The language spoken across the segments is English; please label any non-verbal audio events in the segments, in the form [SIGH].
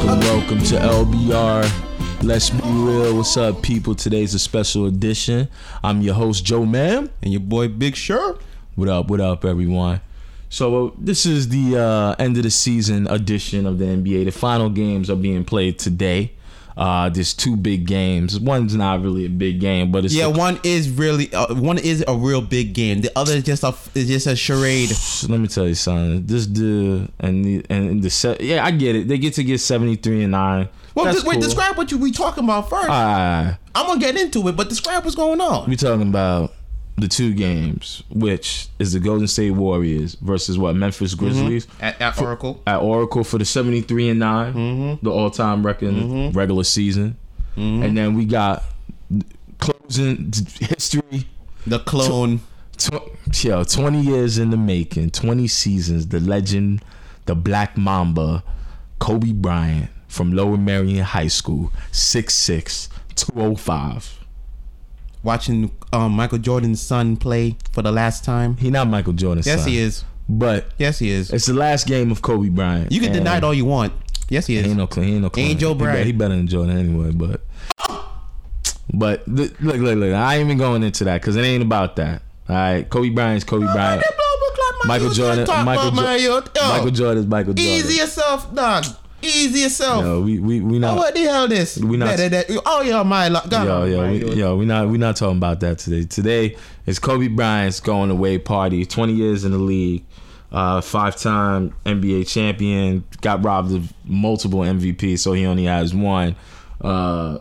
to LBR. Let's be real. What's up, people? Today's a special edition. I'm your host, Joe Man. and your boy Big Sure. What up? What up, everyone? So uh, this is the uh, end of the season edition of the NBA. The final games are being played today. Uh, there's two big games. One's not really a big game, but it's Yeah, the one is really uh, one is a real big game. The other is just a is just a charade. So let me tell you something. This dude and the, and the se- yeah, I get it. They get to get seventy three and nine. Well, That's just, wait, cool. describe what you we talking about first. Ah, I'm gonna get into it, but describe what's going on. we talking about the two games, which is the Golden State Warriors versus what Memphis Mm-hmm. Grizzlies At, at Oracle, at Oracle for the seventy three and 9 Mm-hmm. the all time record in regular season, and then we got closing history. the clone. Tw- yo, twenty years in the making, twenty seasons. The legend, the Black Mamba, Kobe Bryant from Lower Marion High School, 6'6", 205. Watching um, Michael Jordan's son play for the last time. He not Michael Jordan. Yes, he is. But Yes, he is. It's the last game of Kobe Bryant. You can And deny it all you want. Yes, he He is. ain't no clean. He ain't no clean. Ain't He Joe be- Bryant. He, better than Jordan anyway. But but th- look, look, look. I ain't even going into that because it ain't about that. All right, Kobe Bryant's Kobe Bryant. Michael Jordan. Michael, jo- Michael Jordan is Michael Jordan. Easy yourself, dog. Easy yourself. Yo, we we we Oh, not. what the hell this? We not- Better that- oh, yeah, my luck. God, Yo, yo, my we, Lord. yo, we not we not talking about that today. Today is Kobe Bryant's going away party. Twenty years in the league, uh, five time NBA champion. Got robbed of multiple MVP, so he only has one. Uh,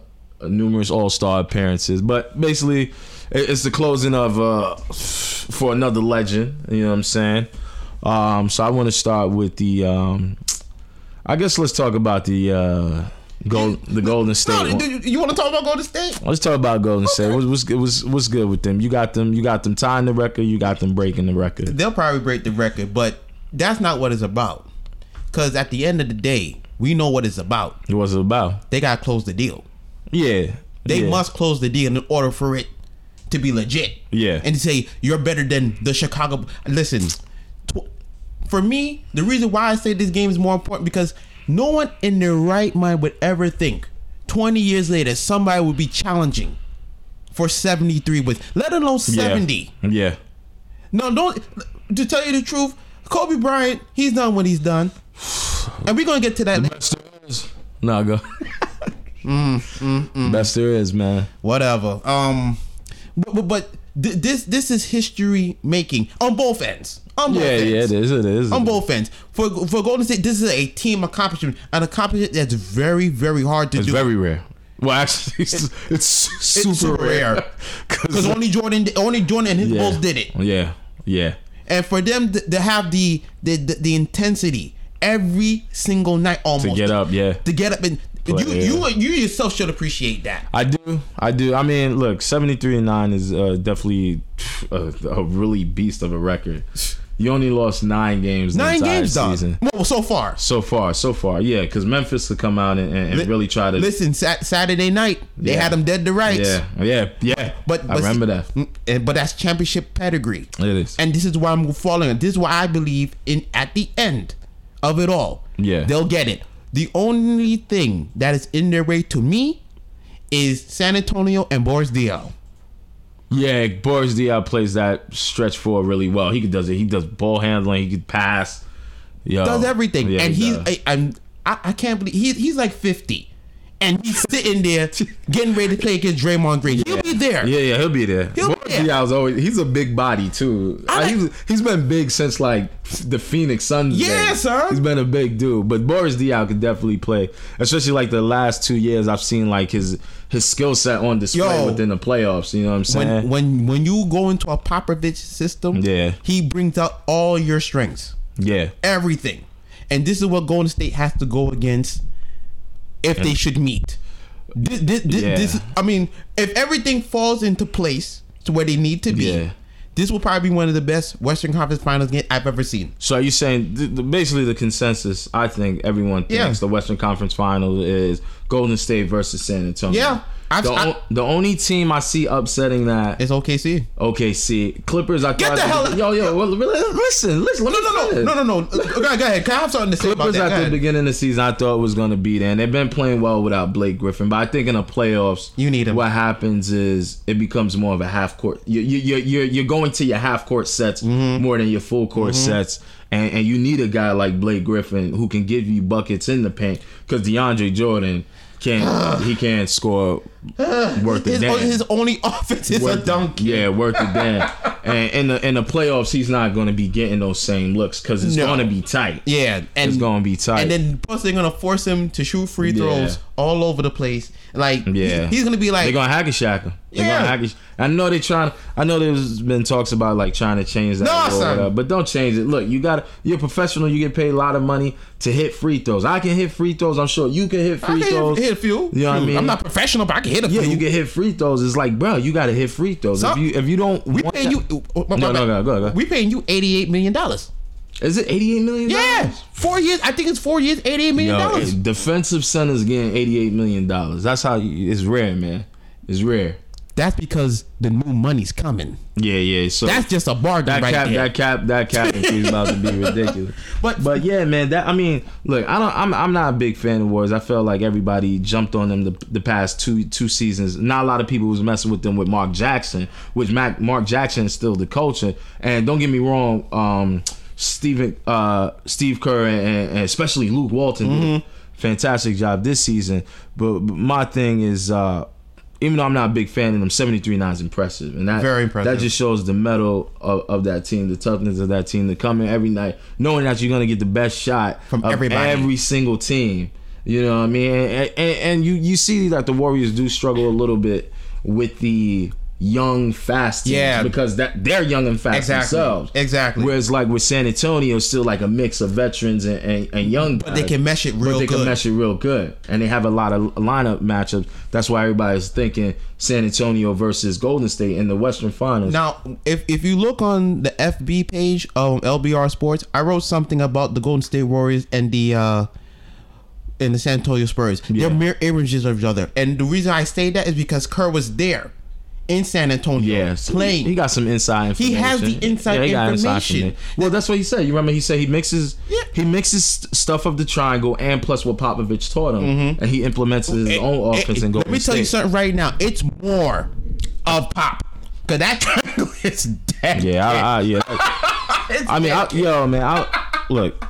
numerous All Star appearances, but basically, it- it's the closing of uh, for another legend. You know what I'm saying? Um, so I want to start with the. Um, I guess let's talk about the uh, gold, the Golden State. No, one. do you, want to talk about Golden State? Let's talk about Golden State. What's, what's good- what's what's good with them? You got them. You got them tying the record. You got them breaking the record. They'll probably break the record, but that's not what it's about. Because at the end of the day, we know what it's about. It was about They got to close the deal. yeah. They yeah. must close the deal in order for it to be legit. Yeah. And say, you're better than the Chicago. Listen, tw- for me, the reason why I say this game is more important because no one in their right mind would ever think 20 years later somebody would be challenging for 73 with, let alone yeah. 70. Yeah. No, don't. To tell you the truth, Kobe Bryant, he's done what he's done, and we're gonna get to that. later. Best there is. Nah, [LAUGHS] go. Mm, Best there is, man. Whatever. Um, but but, but th- this this is history making on both ends. On both Yeah, ends. yeah, it is. It is. On both ends. For for Golden State, this is a team accomplishment, an accomplishment that's very very hard to It's do. very rare. Well, actually, [LAUGHS] it's, it's, super, super rare. [LAUGHS] rare. because only Jordan, only Jordan and his yeah. Bulls did it. Yeah. Yeah. and for them to, to have the the, the the intensity every single night almost get up, yeah. to get up and you, yeah. you you yourself should appreciate that I do, I do. I mean, look, seventy three and nine is uh, definitely a, a really beast of a record. You only lost nine games. the nine entire games done season. well so far so far, so far. Yeah, because Memphis could come out and, and, and really try to. listen Sat- Saturday night they Yeah. had them dead to rights yeah, yeah, yeah. But- I but- remember that. Mm, and- but that's championship pedigree It is. and this is why I'm following it. This is why I believe in at the end of it all. Yeah. They'll get it. The only thing that is in their way to me is San Antonio and Boris Diaw. yeah, Boris Diaw plays that stretch four really well. He could does it. He does ball handling. He could pass. Yo, does everything, Oh, Yeah, and he he's does. I, I'm I, I can't believe he's he's like fifty, and he's [LAUGHS] sitting there getting ready to play against Draymond Green. He'll be there. Yeah, yeah, he'll be there. He'll be Boris there. Diaw's always he's a big body too. Like, like- he's he's been big since like the Phoenix Suns. Yeah, days. son. He's been a big dude. But Boris Diaw could definitely play. Especially like the last two years I've seen like his his skill set on display Yo. within the playoffs. You know what I'm When saying? when when you go into a Popovich system, Yeah. he brings out all your strengths, yeah. everything, and this is what Golden State has to go against if they should meet. This, this, this, Yeah. this I mean, if everything falls into place to where they need to be, Yeah. this will probably be one of the best Western Conference Finals game I've ever seen. So are you saying th- th- basically the consensus? I think everyone thinks Yeah. the Western Conference Final is Golden State versus San Antonio. Yeah. I've- the, I- o- the only team I see upsetting that It's OKC. OKC Clippers. I Get thought the hell- yo yo well, listen listen. Let No, me no, no, finish. no, no, no. Uh, Go ahead, go ahead. Can I have something to say about Clippers that? at Go the ahead. beginning of the season I thought was going to be there, and they've been playing well without Blake Griffin. But I think in the playoffs, You need him. What happens is it becomes more of a half court. You you you are you're going to your half court sets Mm-hmm. more than your full court sets, and and you need a guy like Blake Griffin who can give you buckets in the paint because DeAndre Jordan can't he can't score worth a [SIGHS] his, damn. his only [LAUGHS] offense is a Worth- dunk. Yeah, worth a [LAUGHS] damn. and in the in the playoffs, he's not going to be getting those same looks because it's No. going to be tight. Yeah, and It's going to be tight. and then plus they're gonna force him to shoot free throws Yeah. all over the place. Like Yeah. he- he's gonna be They're like gonna hack a shack him. They're Yeah. gonna hack his- I know they're trying. I know there's been talks about like trying to change that, No, or son. whatever, but don't change it. Look, you got you're a professional. You get paid a lot of money to hit free throws. I can hit free throws. I'm sure you can hit I free can throws. hit, hit a few. You know what I Shoot, mean? I'm not professional, but I can hit a yeah, few. you can hit free throws. It's like, bro, you gotta hit free throws. So- if you if you don't, we want paying that- you. oh, my No, bad. no, go, go, go. We paying you eighty eight million dollars. Is it 88 million? Yeah, four years. I think it's four years, eighty eight million Yo, dollars. defensive centers getting 88 million dollars. That's how you, it's rare, man. It's rare. That's because the new money's coming. Yeah, yeah. So That's just a bargain That right cap, there. that cap, that cap increase is about to [LAUGHS] be ridiculous. But But- but yeah, man. That I mean, look, I don't. I'm I'm not a big fan of wars. I felt like everybody jumped on them the, the past two two seasons. Not a lot of people was messing with them with Mark Jackson, which Mac, Mark Jackson is still the culture. And don't get me wrong, um, Stephen, uh, Steve Kerr, and, and especially Luke Walton. did Mm-hmm. a Fantastic job this season, but, but my thing is, uh, even though I'm not a big fan of them, 73 9 is impressive, and that Very impressive. That just just shows the metal of, of that team, the toughness of that team to come in every night, knowing that you're gonna get the best shot From of everybody. every single team. You know what I mean? And, and, and you you see that the Warriors do struggle a little bit with the young fast teams Yeah. because that they're young and fast Exactly. themselves. Exactly. Whereas like with San Antonio, it's still like a mix of veterans and, and, and young. But they can mesh it real But they good. can mesh it real good, and they have a lot of lineup matchups. That's why everybody's thinking San Antonio versus Golden State in the Western Finals. Now, if if you look on the FB page of LBR Sports, I wrote something about the Golden State Warriors and the uh and the San Antonio Spurs. Yeah. They're mere images of each other. And the reason I say that is because Kerr was there in San Antonio Yes, playing. He got some inside He information. has the inside he got information. information. Well, that's what he said. You remember he said he mixes Yeah. he mixes st- stuff of the triangle and plus what Popovich taught him, and he implements his It- own it- offense and Mm-hmm. let Golden me tell you State. something right now. It's more of pop. Cause that triangle [LAUGHS] is dead. Yeah, I, I, yeah. [LAUGHS] It's I mean, dead. I, yo, man, I, look.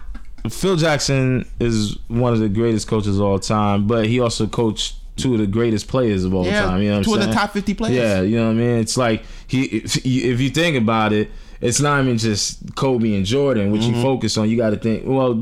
Phil Jackson is one of the greatest coaches of all time, but he also coached two of the greatest players of all Yeah, time. You know what I'm two of the saying? top 50 players. Yeah, you know what I mean. It's like he, if you if you think about it, it's not even just Kobe and Jordan, which Mm-hmm. you focus on. You got to think. Well,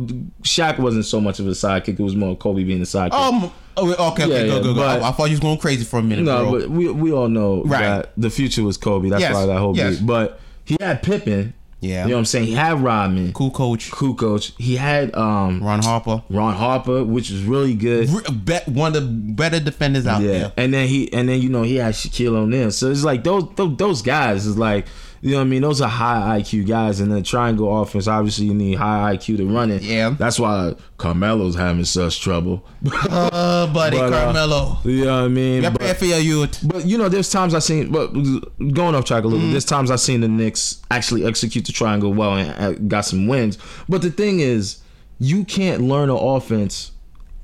Shaq wasn't so much of a sidekick; it was more Kobe being the sidekick. um oh, okay, Yeah, okay, go, yeah, go, go. but- I, I thought you was going crazy for a minute, No, bro. but we we all know Right. that the future was Kobe. That's Yes, why that whole yes. beat. But he had Pippen. Yeah. you know what I'm saying. He had Rodman, cool coach, cool coach. He had um Ron Harper. Ron Harper, which was really good. re- bet one of the better defenders out Yeah. there. And then he and then you know he had Shaquille O'Neal. So it's like those those, those guys is like you know what I mean? Those are high IQ guys, and then triangle offense. Obviously, you need high IQ to run it. Yeah. that's why Carmelo's having such trouble. [LAUGHS] Uh, buddy But, uh, Carmelo, you know what I mean? you're But- praying for your youth. But you know, there's times I seen, but going off track a little. Mm-hmm. bit, There's times I seen the Knicks actually execute the triangle well and uh, got some wins. But the thing is, you can't learn an offense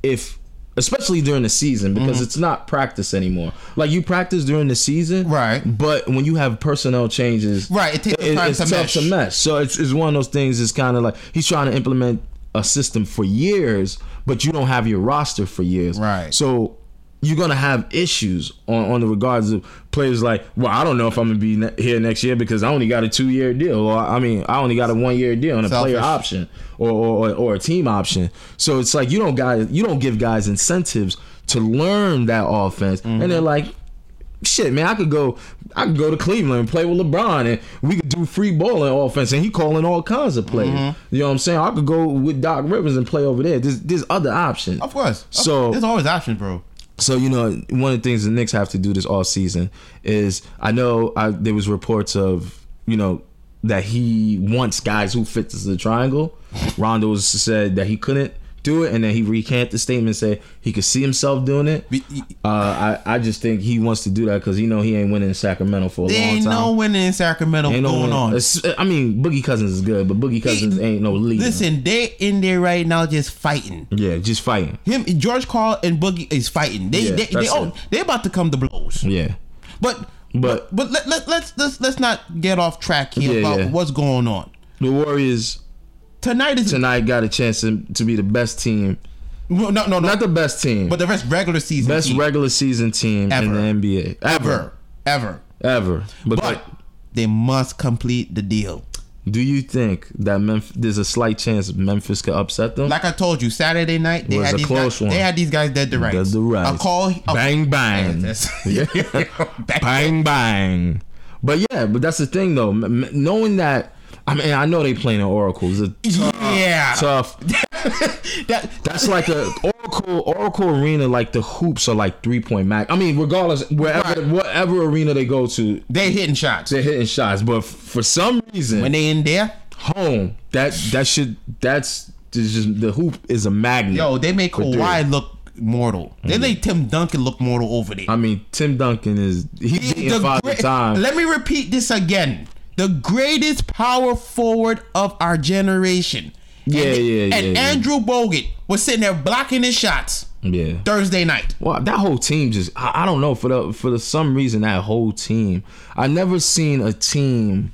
if, especially during the season, because Mm-hmm. it's not practice anymore. Like you practice during the season, Right. But when you have personnel changes, Right, it takes time it's to tough mesh. to mesh. So it's, it's one of those things. It's kind of like he's trying to implement a system for years, but you don't have your roster for years, Right. So you're gonna have issues on, on the regards of players like, well, I don't know if I'm gonna be ne- here next year because I only got a two year deal, or I mean, I only got a one year deal and a player Selfish. option or, or or or a team option. So it's like you don't guys you don't give guys incentives to learn that offense, Mm-hmm. and they're like. Shit, man, I could go. I could go to Cleveland and play with LeBron, and we could do free balling offense, and he calling all kinds of plays. Mm-hmm. You know what I'm saying? I could go with Doc Rivers and play over there. There's, there's other options. Of course. Of- So- there's always options, bro. So you know, one of the things the Knicks have to do this all season is I know I, there was reports of you know that he wants guys who fit the triangle. Rondo said that he couldn't. do it, and then he recant the statement, say he could see himself doing it. Be- y- Uh, I I just think he wants to do that because he know he ain't winning in Sacramento for a There long ain't time. no winning in Sacramento Ain't no going winning. on. It's- I mean, Boogie Cousins is good, but Boogie Cousins ain't no leader. Listen, they in there right now just fighting. Yeah, just fighting. Him, George Carl, and Boogie is fighting. They, Yeah, they, they, that's oh, it. they about to come to blows. Yeah. But, But- but, but let, let, let's let's let's not get off track Yeah, here about yeah. what's going on The Warriors tonight. Is tonight got a chance to, to be the best team. no, no, no, Not the best team, but but the rest regular season best team, regular season team Ever. in the NBA. Ever. ever, ever. Ever. But, But they must complete the deal. do you think that Memphis, there's a slight chance Memphis could upset them? Like I told you, Saturday night they Was had a these close guys, one. They had these guys dead to rights. Dead to rights. A call. A, bang, [LAUGHS] bang. Bang. bang bang. But yeah, but that's the thing though. M- m- knowing that, I mean, I know they playing in Oracle. It's a Yeah. tough. That- That's like [LAUGHS] a Oracle Oracle Arena. Like the hoops are like three point max. I mean, regardless, wherever whatever arena they go to, they hitting shots. they're hitting shots. But f- for some reason, When they in there, home that that should that's it's just the hoop is a magnet. yo, they make For three. Kawhi look mortal. They Mm-hmm. make Tim Duncan look mortal over there. I mean, Tim Duncan is he's The beating father great- time. Let me repeat this again. The greatest power forward of our generation. Yeah, and, yeah, And yeah, Mm. yeah. Andrew Bogut was sitting there blocking his shots yeah. Thursday night. Well, that whole team just I, I don't know for the for the, some reason that whole team I never seen a team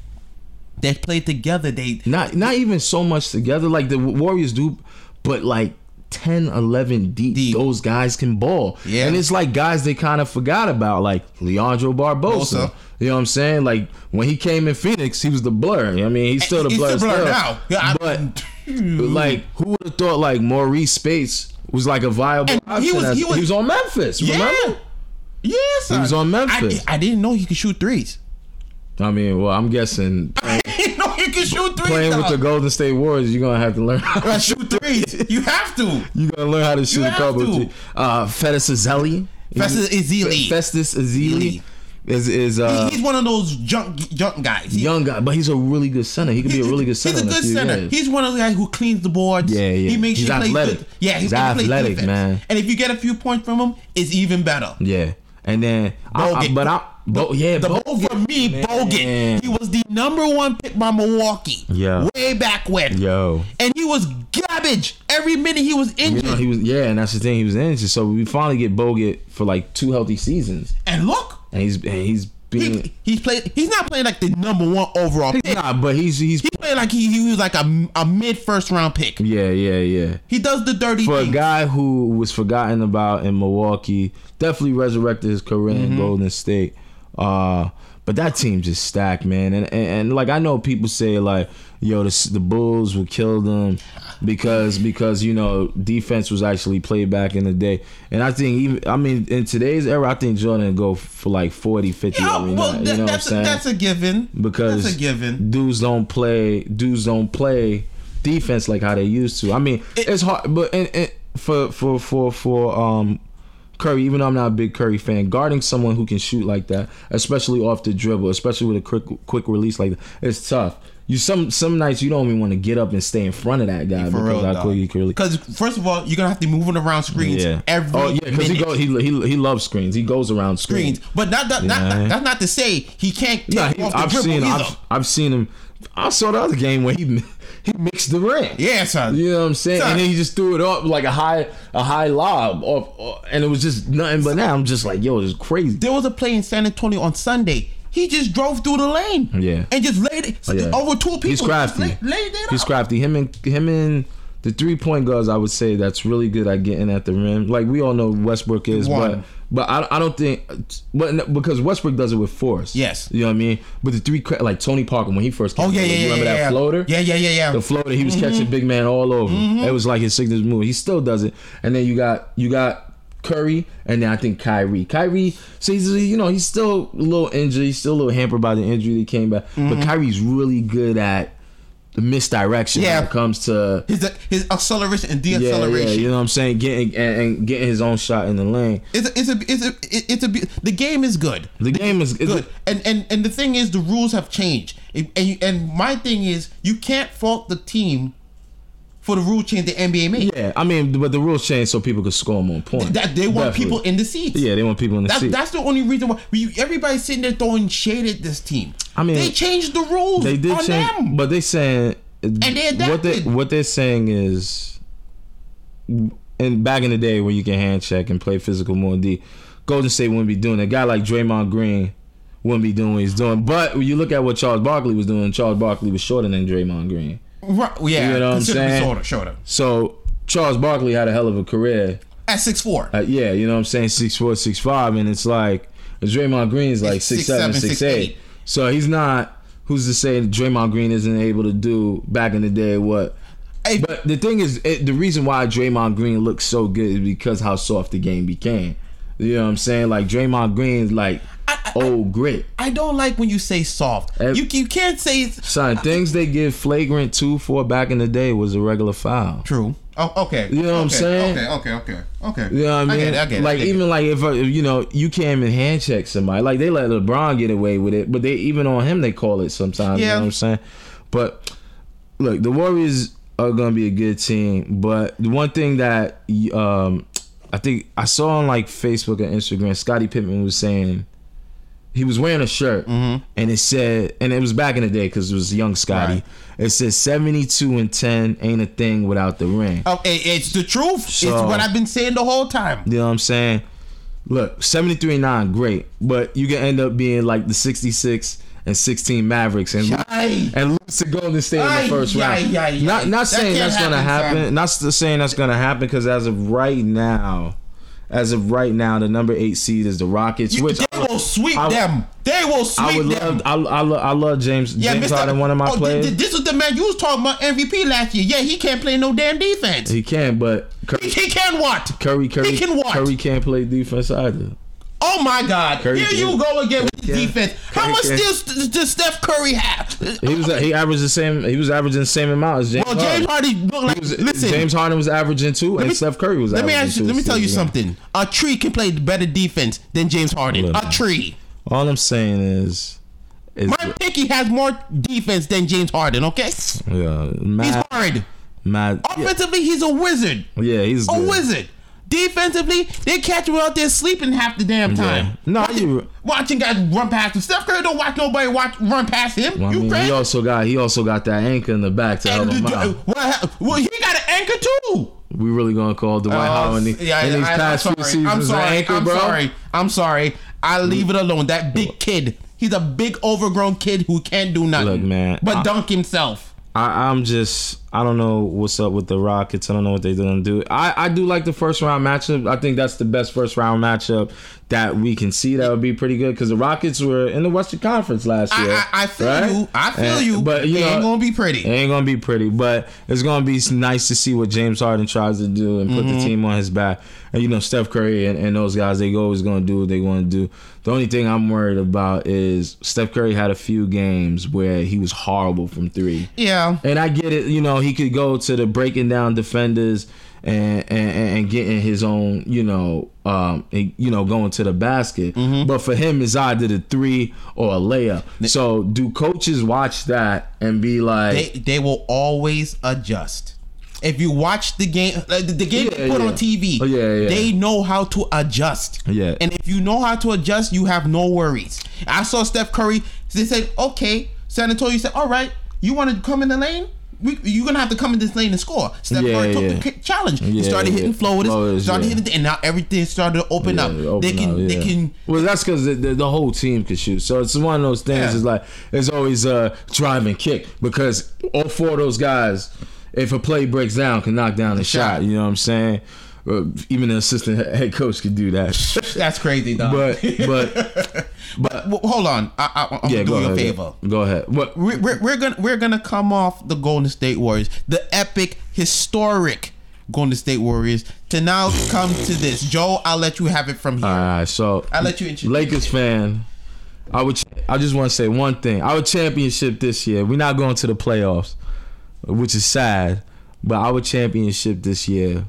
They played together. They not not even so much together like the Warriors do but like 10 11 deep, Deep. those guys can ball. Yeah. And it's like guys they kind of forgot about like Leandro Barbosa. Bosa. You know what I'm saying? Like when he came in Phoenix, he was the blur. I mean, he's still the He's blur. still blur still. now. Yeah, I- But like who would have thought like Maurice Spates was like a viable And option? he was- as- he was- on Memphis, yeah. remember? Yes, he was on Memphis. I, I didn't know he could shoot threes. [LAUGHS] I mean, well, I'm guessing I didn't know he could shoot threes. playing with the dog. Golden State Warriors, you're gonna have to learn. [LAUGHS] [LAUGHS] I shoot threes. You have to. you're gonna learn how to shoot a have couple. to. Uh, Fetus Azeli. Festus Ezeli. Festus Azeli is is uh, he's one of those junk junk guys. He- young guy, but he's a really good center. He could be a really good center. He's a in good few center. years. He's one of the guys who cleans the boards. Yeah, yeah. He makes He's you play athletic. good. Yeah, He's he's, gonna play athletic, defense. man. And if you get a few points from him, it's even better. yeah, and then I, I, Bogut. but I, Bo, yeah, The Bo- Bo- for me, Bogut. He was the number one pick by Milwaukee. Yeah. Way back when. yo. And he was garbage. Every minute he was You injured. know, he was yeah, and that's the thing. He was injured, so we finally get Bogut for like two healthy seasons, and look, and he's and he's being he, he's played he's not playing like the number one overall pick. nah, but he's he's He played like he, he was like a, a mid first round pick. yeah, yeah, yeah. He does the dirty for a thing. guy who was forgotten about in Milwaukee, definitely resurrected his career Mm-hmm. in Golden State. Uh, but that team just stacked, man. And, and and like I know people say like, yo, the, the Bulls would kill them because because you know defense was actually played back in the day. And I think even I mean in today's era, I think Jordan would go for like 40, 50 Yeah, every well, night, that- you know that's, what I'm saying? a, that's a given. because that's a given. dudes don't play dudes don't play defense like how they used to. I mean, it's hard, but and, and for for for for um Curry, even though I'm not a big Curry fan, guarding someone who can shoot like that, especially off the dribble, especially with a quick quick release like that, it's tough. You some some nights you don't even want to get up and stay in front of that guy For because real, how quick he can release. Because first of all, you're gonna have to move him around screens Yeah. every oh yeah, because he minute. go he, he he loves screens. He goes around screens. But not, not, not, Yeah. that's not to say he can't take Yeah, he, off the I've dribble seen either. I've, I've seen him. I saw the other game where he [LAUGHS] he mixed the rim. yeah, son. You know what I'm saying? Son. And then he just threw it up like a high a high lob off, off- and it was just nothing but now I'm just like, yo, it's crazy. There was a play in San Antonio on Sunday. He just drove through the lane. Yeah. Oh, And just laid it yeah. over two people. He's crafty. Just la- laid it He's out. crafty. Him and him and the three point guards, I would say that's really good at getting at the rim. Like we all know Westbrook is, One. but but I, I don't think, but no, because Westbrook does it with force. Yes. you know what I mean. But the three cra- like Tony Parker when he first came, Oh yeah, in, yeah, you yeah. remember yeah, that yeah. floater? Yeah, yeah, yeah, yeah. the floater. He was Mm-hmm. catching big man all over. It was like his signature move. He still does it. And then you got you got Curry, and then I think Kyrie. Kyrie, so he's you know he's still a little injured. He's still a little hampered by the injury that came back. Mm-hmm. But Kyrie's really good at the misdirection Yeah. when it comes to his uh, his acceleration and yeah, yeah, deacceleration. you know what I'm saying, getting and, and getting his own shot in the lane. It's a, it's a, it's a, it's a, be- the game is good. The game is is- good. And and and the thing is, the rules have changed. And and, and my thing is, you can't fault the team for the rule change the NBA made. Yeah, I mean, but the rules change so people could score more points. That they want Definitely. people in the seats. Yeah, they want people in the That's, seat. that's the only reason why we, everybody's sitting there throwing shade at this team. I mean, they changed the rules. They did on change, them. but they saying they what they adapted. what they're saying is, and back in the day when you can hand check and play physical more D, Golden State wouldn't be doing. it. A guy like Draymond Green wouldn't be doing what he's doing. But when you look at what Charles Barkley was doing, Charles Barkley was shorter than Draymond Green. Right, yeah, You know what I'm considerably saying? shorter, shorter. So Charles Barkley had a hell of a career. At six four. Uh, yeah, you know what I'm saying? Six four, six five, and it's like Draymond Green's like It's six six, seven, seven, six eight. six, eight. So he's not who's to say that Draymond Green isn't able to do back in the day what Hey, but the thing is, it, the reason why Draymond Green looks so good is because how soft the game became. You know what I'm saying? Like Draymond Green's like old grit, I don't like when you say soft. Ev- you you can't say it's son. Things they give flagrant two for back in the day was a regular foul. true. Oh, okay. You know what I'm Okay, saying? Okay, okay, okay, okay. You know what I mean? get it, I get it, I like get it. even like if, uh, if you know you can't even hand check somebody. Like they let LeBron get away with it, but they even on him they call it sometimes. You know Yeah. what I'm saying? But look, the Warriors are gonna be a good team. But the one thing that um I think I saw on like Facebook and Instagram, Scottie Pittman was saying he was wearing a shirt Mm-hmm. and it said and it was back in the day because it was young Scotty. Right. It said 72 and 10 ain't a thing without the ring. Oh, it- it's the truth. it's So- what I've been saying the whole time. You know what I'm saying? Look, 73 and 9, great. But you can end up being like the 66 and 16 Mavericks and Aye. and lose to Golden State in Aye, the first aye, round. aye, aye. Not not That saying can't that's gonna happen, happen. Not s- saying that's gonna happen because as of right now, as of right now, the number eight seed is the Rockets, You- which they I would- will sweep I- them. They will sweep I would them. love. I, I, lo- I love James James Harden, one of my oh, thi- players. thi- this is the man you was talking about MVP last year. Yeah, he can't play no damn defense. he can, but Curry, He can what? Curry, Curry, can what? Curry can't play defense either. Oh my God! Curry Here can. you go again with the can. defense. How Curry much can. does, does Steph Curry have? He was he averaged the same. He was averaging the same amount as James. Well, James Harden. Harden look like. He was- listen, James Harden was averaging two, and me- Steph Curry was. let me averaging ask you. two Let me tell you seasons. something. A tree can play better defense than James Harden. Look, A tree. All I'm saying is, is Mike Pickey has more defense than James Harden. Okay, he's yeah, Matt, hard. Matt, Ah. yeah, Offensively, he's a wizard. yeah, he's A good. wizard. Defensively, they catch him out there sleeping half the damn time. No, you. Watching guys run past him. Steph Curry don't watch nobody watch run past him. I you mean, crazy? he also got he also got that anchor in the back to help And him the- out. well, he- well, he got an anchor too. We really gonna call Dwight Oh, Howard in, the, in these past I'm few sorry. seasons I'm an sorry. anchor, I'm bro. sorry. I'm sorry. I leave it alone. That big kid. He's a big overgrown kid who can't do nothing. Look, man, But I- dunk himself. I, I'm just I don't know what's up with the Rockets. I don't know what they're gonna do. I, I do like the first round matchup. I think that's the best first round matchup that we can see. That would be pretty good because the Rockets were in the Western Conference last year. I, I, I feel right? you. I feel And- you. But you it know, ain't gonna be it pretty. ain't gonna be pretty. But it's gonna be nice to see what James Harden tries to do and put the Mm-hmm. team on his back. And you know Steph Curry and, and those guys, they always gonna do what they gonna do. The only thing I'm worried about is Steph Curry had a few games where he was horrible from three. Yeah. And I get it, you know, he could go to the breaking down defenders and and, and and getting his own, you know, um, and, you know, going to the basket. But for him, it's either the three or a layup. So do coaches watch that and be They like, they will always adjust. If you watch the game, like, the, the game they Yeah, put yeah. on TV, Oh, yeah, yeah. they know how to adjust. Yeah. And if you know how to adjust, you have no worries. I saw Steph Curry. They said, "Okay, San Antonio said, all right, you want to come in the lane." We, you're gonna have to come in this lane and score. Steph Yeah, Curry took yeah. the ki- challenge. he Yeah, started yeah. hitting floaters, Floaters, started yeah. hitting, and now everything started to open up. Yeah, open they can, up, they yeah. can. Well, that's because the, the, the whole team can shoot. So it's one of those things. Yeah. It's like it's always uh, drive and kick because all four of those guys, if a play breaks down, can knock down a shot. shot. You know what I'm saying? Uh, even the assistant he- head coach could do that. That's crazy, dog. but [LAUGHS] but Well, hold on, I, I, I'm yeah, go gonna do you a ahead. favor. Go ahead. What? we're, we're, we're gonna we're gonna come off the Golden State Warriors, the epic, historic Golden State Warriors, to now come to this. Joe, I'll let you have it from here. All right, so I'll let you introduce Lakers fan. I would. ch- I just want to say one thing. Our championship this year. We're not going to the playoffs, which is sad. But our championship this year,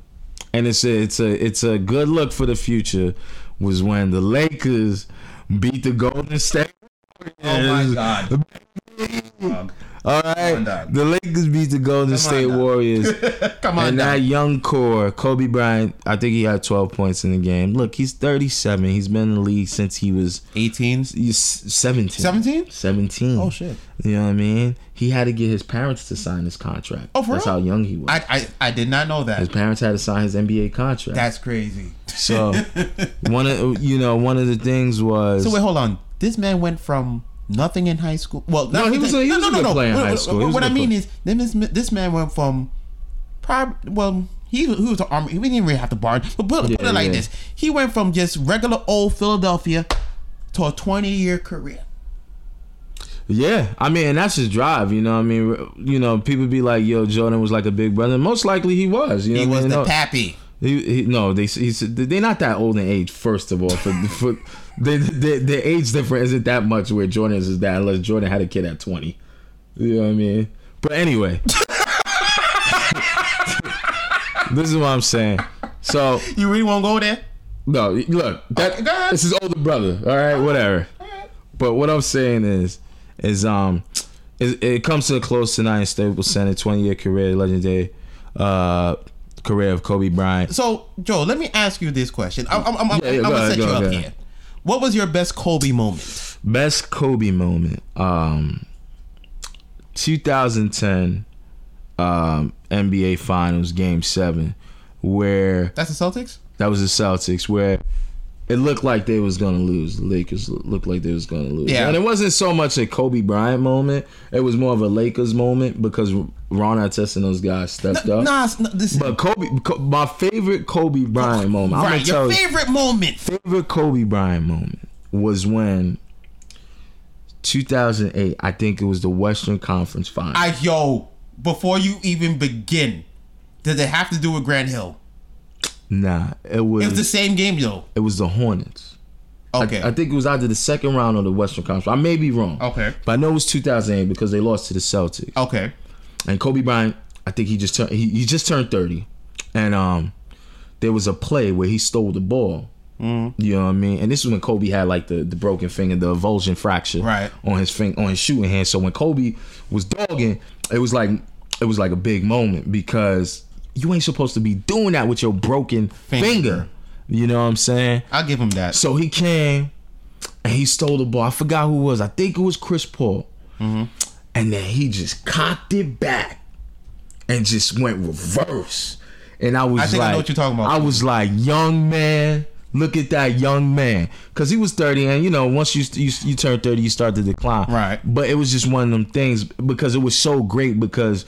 and it's a it's a it's a good look for the future. Was when the Lakers beat the Golden State. oh my Warriors. God. All right, on, dog. the Lakers beat the Golden on, State dog. Warriors, [LAUGHS] Come on, and now. that young core, Kobe Bryant. I think he had 12 points in the game. Look, he's 37. He's been in the league since he was 18s. he's 17. 17? 17. Oh, shit. You know what I mean? He had to get his parents to sign his contract. Oh, for That's real? how young he was. I, I I did not know his that. parents had to sign his NBA contract. That's crazy. so [LAUGHS] one of you know one of the things was So wait, hold on. This man went from nothing in high school. Well, No, he was a- he was a good player in What- high what- school. He was a What I good mean player. is, then this ma- this man went from, prob- well, he, he was an army. He didn't really have to barn, but put, put Yeah, it like yeah. this: he went from just regular old Philadelphia to a twenty year career. Yeah, I mean, and that's his drive. You know, what I mean, you know, people be like, "Yo, Jordan was like a big brother." Most likely, he was. You know, He what I was mean? the no, pappy. he, he, no, they he's, they're not that old in age. First of all, for, for they, they, their age difference isn't that much where Jordan is that unless Jordan had a kid at twenty. You know what I mean? But anyway, [LAUGHS] this is what I'm saying. So You really want to go there? no, look, that Okay, go ahead. this is older brother. All right, whatever. But what I'm saying is, is um, it, it comes to a close tonight in Staples Center. 20 year career, legendary uh career of Kobe Bryant. So, Joe, let me ask you this question. I'm, I'm, I'm, Yeah, yeah, I'm go gonna ahead, set go you ahead, up go ahead. here. What was your best Kobe moment? Best Kobe moment. Um, 2010 um NBA Finals Game Seven, where That's the Celtics. that was the Celtics, where it looked like they was gonna lose. The Lakers lo- looked like they was gonna lose. Yeah. and it wasn't so much a Kobe Bryant moment; it was more of a Lakers moment because Ron Artest and those guys stepped up. Nah, it's not- this is But Kobe, Co- my favorite Kobe Bryant moment. I'm right. gonna tell Your you, favorite moment. favorite Kobe Bryant moment was when 2008. I think it was the Western Conference Finals. I yo, before you even begin, does it have to do with Grand Hill? nah, it was It was the same game, yo. it was the Hornets. Okay. Mm. I think it was either the second round or the Western Conference. I may be wrong. Okay. But I know it was 2008 because they lost to the Celtics. okay. And Kobe Bryant, I think he just turned he, he just turned 30. And um there was a play where he stole the ball. Mm-hmm. You know what I mean? And this is when Kobe had like the, the broken finger, the avulsion fracture Right. on his finger on his shooting hand. So when Kobe was dogging, it was like it was like a big moment because you ain't supposed to be doing that with your broken Finger. finger. You know what I'm saying? I'll give him that. So he came and he stole the ball. I forgot who it was. I think it was Chris Paul. Mm-hmm. And then he just cocked it back and just went reverse. And I was I think I like, know what you're talking about. I was like, young man, look at that young man, because he was 30, and you know, once you, you you turn 30, you start to decline. Right. But it was just one of them things because it was so great because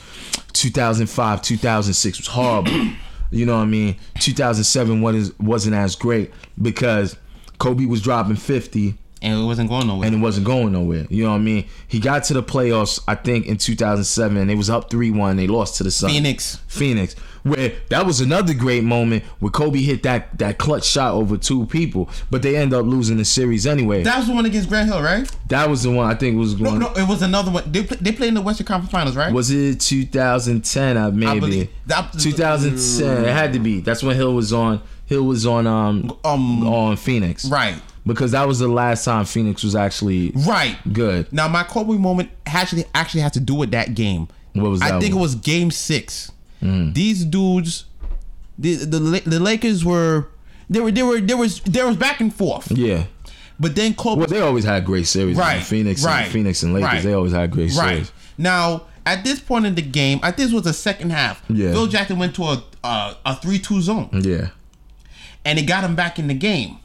2005, 2006 was horrible. [CLEARS THROAT] you know what I mean? 2007 wasn't wasn't as great because Kobe was dropping 50 And it wasn't going nowhere. and it wasn't going nowhere. You know what I mean? He got to the playoffs, I think, in 2007. And they was up 3-1. They lost to the Suns. Phoenix. Phoenix, where that was another great moment where Kobe hit that that clutch shot over two people, but they end up losing the series anyway. That, that was the one against Grand Hill, right? was the one I think was No, going. no, it was another one. They, play, they played in the Western Conference Finals, right? Was it 2010? I maybe believe- that- 2010. It had to be. That's when Hill was on. Hill was on um Um, on Phoenix, right, Because that was the last time Phoenix was actually right. good. Now my Kobe moment actually actually has to do with that game. What was I that think one? Mm. it was Game Six. These dudes, the, the La- the Lakers were they were they were there was there was back and forth, Yeah. but then Kobe Well, they always had great series. I mean, Right, Phoenix, right, and, Phoenix and Lakers. right, They always had great Right. series. Now, at this point in the game, I think this was the second half. Yeah. Phil Jackson went to a a, a 3-2 zone Yeah. and it got him back in the game.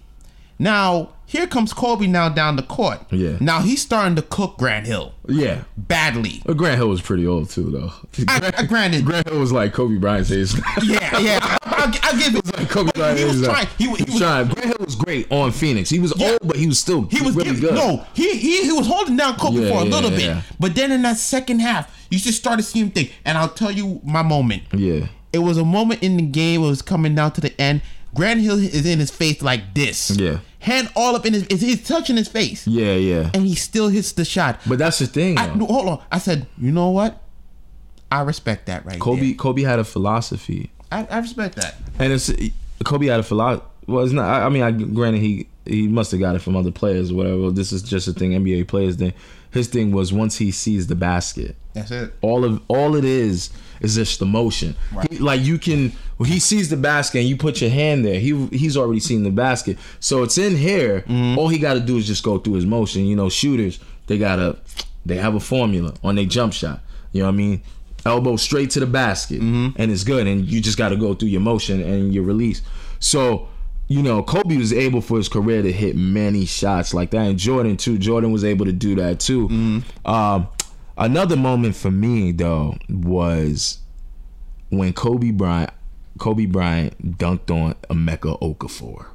Now, here comes Kobe now down the court. Yeah. Now he's starting to cook Grand Hill Yeah. badly. But Grant Hill was pretty old too, though. [LAUGHS] I, I- [LAUGHS] granted, Grant Hill was like Kobe Bryant's age. yeah, yeah, [LAUGHS] I, I, I give it. Kobe Bryant he was is, uh, trying. He, wa- he was, trying. Grant Hill was great on Phoenix. He was old, but he was still he was really giving, good. no, he, he he was holding down Kobe Yeah, for a yeah, little yeah. bit, but then in that second half, you just started seeing things. And I'll tell you my moment. Yeah. it was a moment in the game. It was coming down to the end. Grand Hill is in his face like this. Yeah. Hand all up in his. He's touching his face, Yeah, yeah. and he still hits the shot. But that's the thing. I, though. no, hold on. I said, you know what? I respect that right Kobe there. Kobe had a philosophy, I, I respect that. and it's Kobe had a philosophy. Well, it's not. I, I mean, I, granted, he he must have got it from other players or whatever. This is just a thing NBA players thing. His thing was once he sees the basket, That's it. all of all it is is just the motion. Right. He- like you can, when he sees the basket and you put your hand there. He he's already seen the basket, so it's in here. All he got to do is just go through his motion. You know, shooters they gotta they have a formula on their jump shot. You know what I mean? Elbow straight to the basket, and it's good. And you just got to go through your motion and your release. So. You know, Kobe was able for his career to hit many shots like that, and Jordan too. Jordan was able to do that too. Um, Another moment for me though was when Kobe Bryant Kobe Bryant dunked on Emeka Okafor.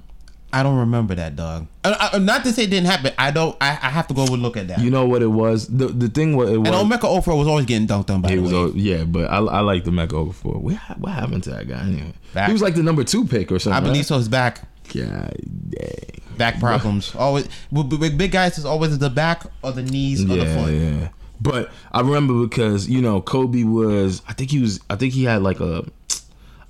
I don't remember that, dog. I, I, not to say it didn't happen. I don't. I, I have to go and look at that. You know what it was? The the thing what it was and Omeka Ofra was always getting dunked on by he the was way. oh, yeah, but I I like the Mecca Okafor. What, ha- what happened to that guy anyway? Back. He was like the number two pick or something. I believe so. His back, God dang. back problems. always with, with big guys. It's always the back or the knees or the Yeah, foot. yeah. But I remember because you know Kobe was I think he was I think he had like a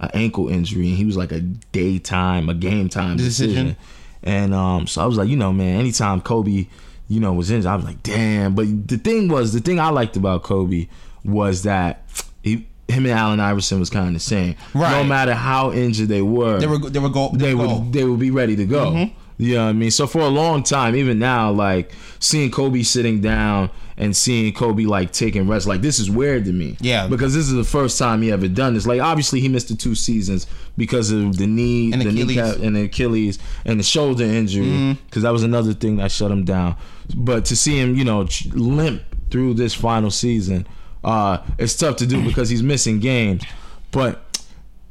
an ankle injury and he was like a daytime a game time Decision. decision. And um, so I was like, you know, man, anytime Kobe, you know, was injured, I was like, damn. But the thing was, the thing I liked about Kobe was that he, him and Allen Iverson was kind of the same. No Right. matter how injured they were, They were. They were go. they They, go. Mm-hmm. would they would be ready to go. You know what I mean? So for a long time, even now, like seeing Kobe sitting down and seeing Kobe like taking rest, like this is weird to me. Yeah. Because this is the first time he ever done this. Like obviously he missed the two seasons because of the knee And the Achilles. Mm-hmm. kneecap and the Achilles and the shoulder injury. Because that was another thing that shut him down. But to see him, you know, ch- limp through this final season, uh, it's tough to do because he's missing games. But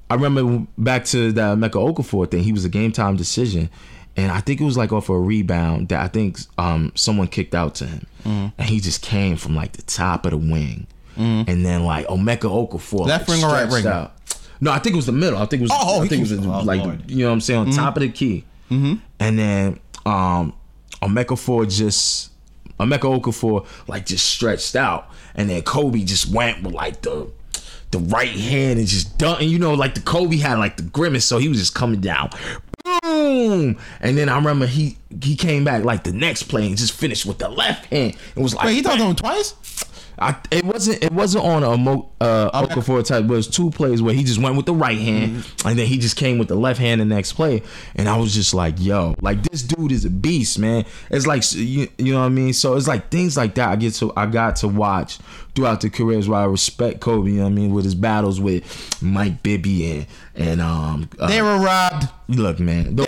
I remember back to that Mecca Okafor thing. He was a game time decision, and I think it was like off a rebound that I think um, someone kicked out to him, Mm-hmm. and he just came from like the top of the wing, and then like Omeka Okafor Left like, ring or right stretched ring? out. No, I think it was the middle. I think it was. Oh, I he think it was kicked- oh, like Lord. you know what I'm saying on top of the key, mm-hmm. and then um, Omeka Ford just. Omeka Okafor like just stretched out, and then Kobe just went with like the the right hand and just dunk. And you know, like the Kobe had like the grimace, so he was just coming down. Boom! And then I remember he he came back like the next play and just finished with the left hand. It was like Wait, he dunked on him twice. I, it wasn't it wasn't on a Mo, uh, Okafor type, but it was two plays where he just went with the right hand and then he just came with the left hand the next play, and I was just like, yo, like this dude is a beast, man. It's like you, you know what I mean. So it's like things like that. I get to I got to watch throughout the careers where I respect Kobe. You know what I mean with his battles with Mike Bibby and and um. uh, They were robbed. look, man, they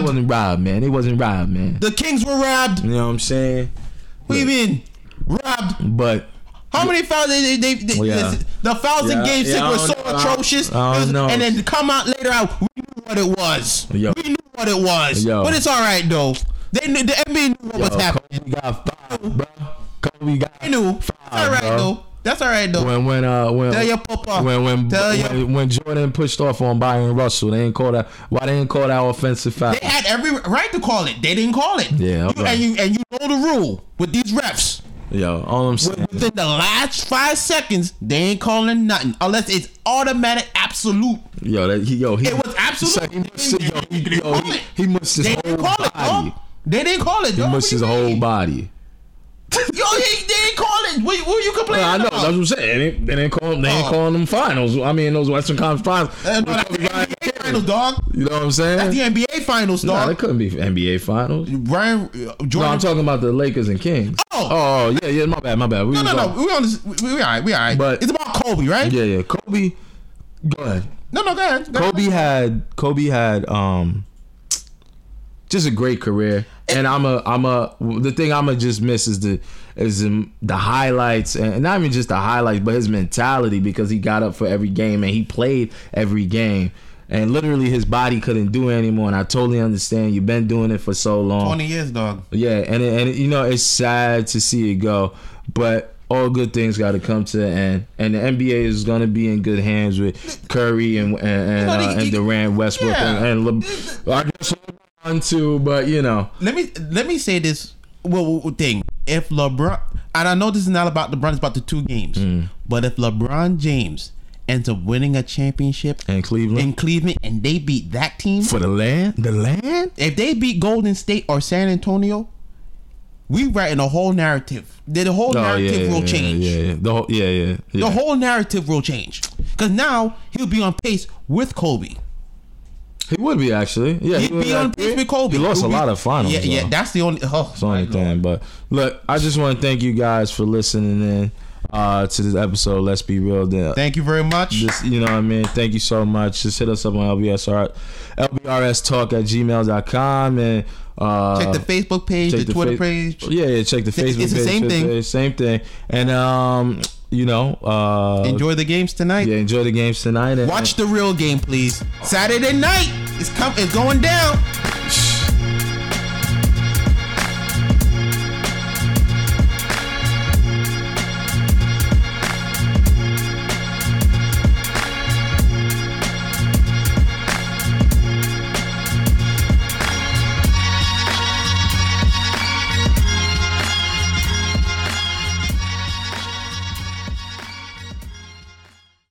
wasn't robbed, man. It wasn't robbed, man. The Kings were robbed. You know what I'm saying? What do you mean? Robbed. But How many fouls? They, they, they, Well, yeah. listen, the fouls in Yeah, Game Six yeah, I were don't so know. I don't- atrocious. I don't It was- know. And then come out later out. We knew what it was. Yo. We knew what it was. Yo. But it's all right though. They knew, the NBA knew what was uh, happening. Kobe got five, bro. Kobe got They knew. That's all right bro. though. That's all right though. when when uh when Tell your papa. when when Tell when, your- when Jordan pushed off on Byron Russell, they ain't call that why they ain't call that offensive foul. They had every right to call it. They didn't call it. Yeah, You- okay. and you and you know the rule with these refs. Yo, all I'm saying. Within the last five seconds, they ain't calling nothing unless it's automatic, absolute. Yo, that, he, yo, he, It was absolute. So he must, yo, he, They yo, call he, it. he must his They whole didn't call it, dog. body. They didn't call it, He dog. must his whole body. Yo, he, they didn't call it. What, what are you complaining I know. That's about? what I'm saying. They, ain't- they didn't call. They ain't Oh. calling them finals. I mean, those Western Conference Uh, finals. no, that's the NBA finals, dog. you know what I'm saying? The NBA finals, nah, that dog. couldn't be NBA finals. Brian uh, No, I'm Jordan. talking about the Lakers and Kings. Oh. oh, yeah, yeah. My bad, my bad. We No, was no, off. no. We on this. We, we all right. We all right. But- it's about Kobe, right? Yeah, yeah. Kobe. Go ahead. No, no. Go ahead. Go ahead. Kobe had Kobe had um just a great career, and I'm a I'm a the thing I'm gonna just miss is the is the, the highlights and not even just the highlights, but his mentality because he got up for every game and he played every game. And literally, his body couldn't do it anymore. And I totally understand. You've been doing it for so long. Twenty years, dog. Yeah, and it, and it- you know it's sad to see it go, but all good things got to come to the end, and the NBA is gonna be in good hands with Curry and and, and, You know, uh, they- and Durant, Westbrook, Yeah. and, and Le- I guess LeBron too. But you know, let me let me say this well, well, well, thing. If Mm. LeBron and I know this is not about LeBron, it's about the two games. But if LeBron James ends up winning a championship And Cleveland in Cleveland and they beat that team, for the land, the land. if they beat Golden State or San Antonio, we writing a whole narrative. The whole narrative will Oh, yeah, change. Yeah, yeah, the whole, yeah, yeah, yeah. The whole narrative will change because now he'll be on pace with Kobe. he would be actually. Yeah, He'd would be on actually. pace with Kobe. He lost a He'll be- lot of finals. Yeah, yeah. though. That's the only. Oh, It's the only thing. But look, I just want to thank you guys for listening in uh, to this episode. Let's be real. Then. Thank you very much. Just, you know what I mean? Thank you so much. Just hit us up on LBSR, LBRS Talk at gmail.com and uh, check the Facebook page, the, check Twitter fa- page. Yeah, yeah, check the It's Facebook page. the same check thing. the- Same thing. And, um, you know, uh, Enjoy the games tonight. yeah, enjoy the games tonight. And, Watch the real game, please. Saturday night. It's come. It's going down.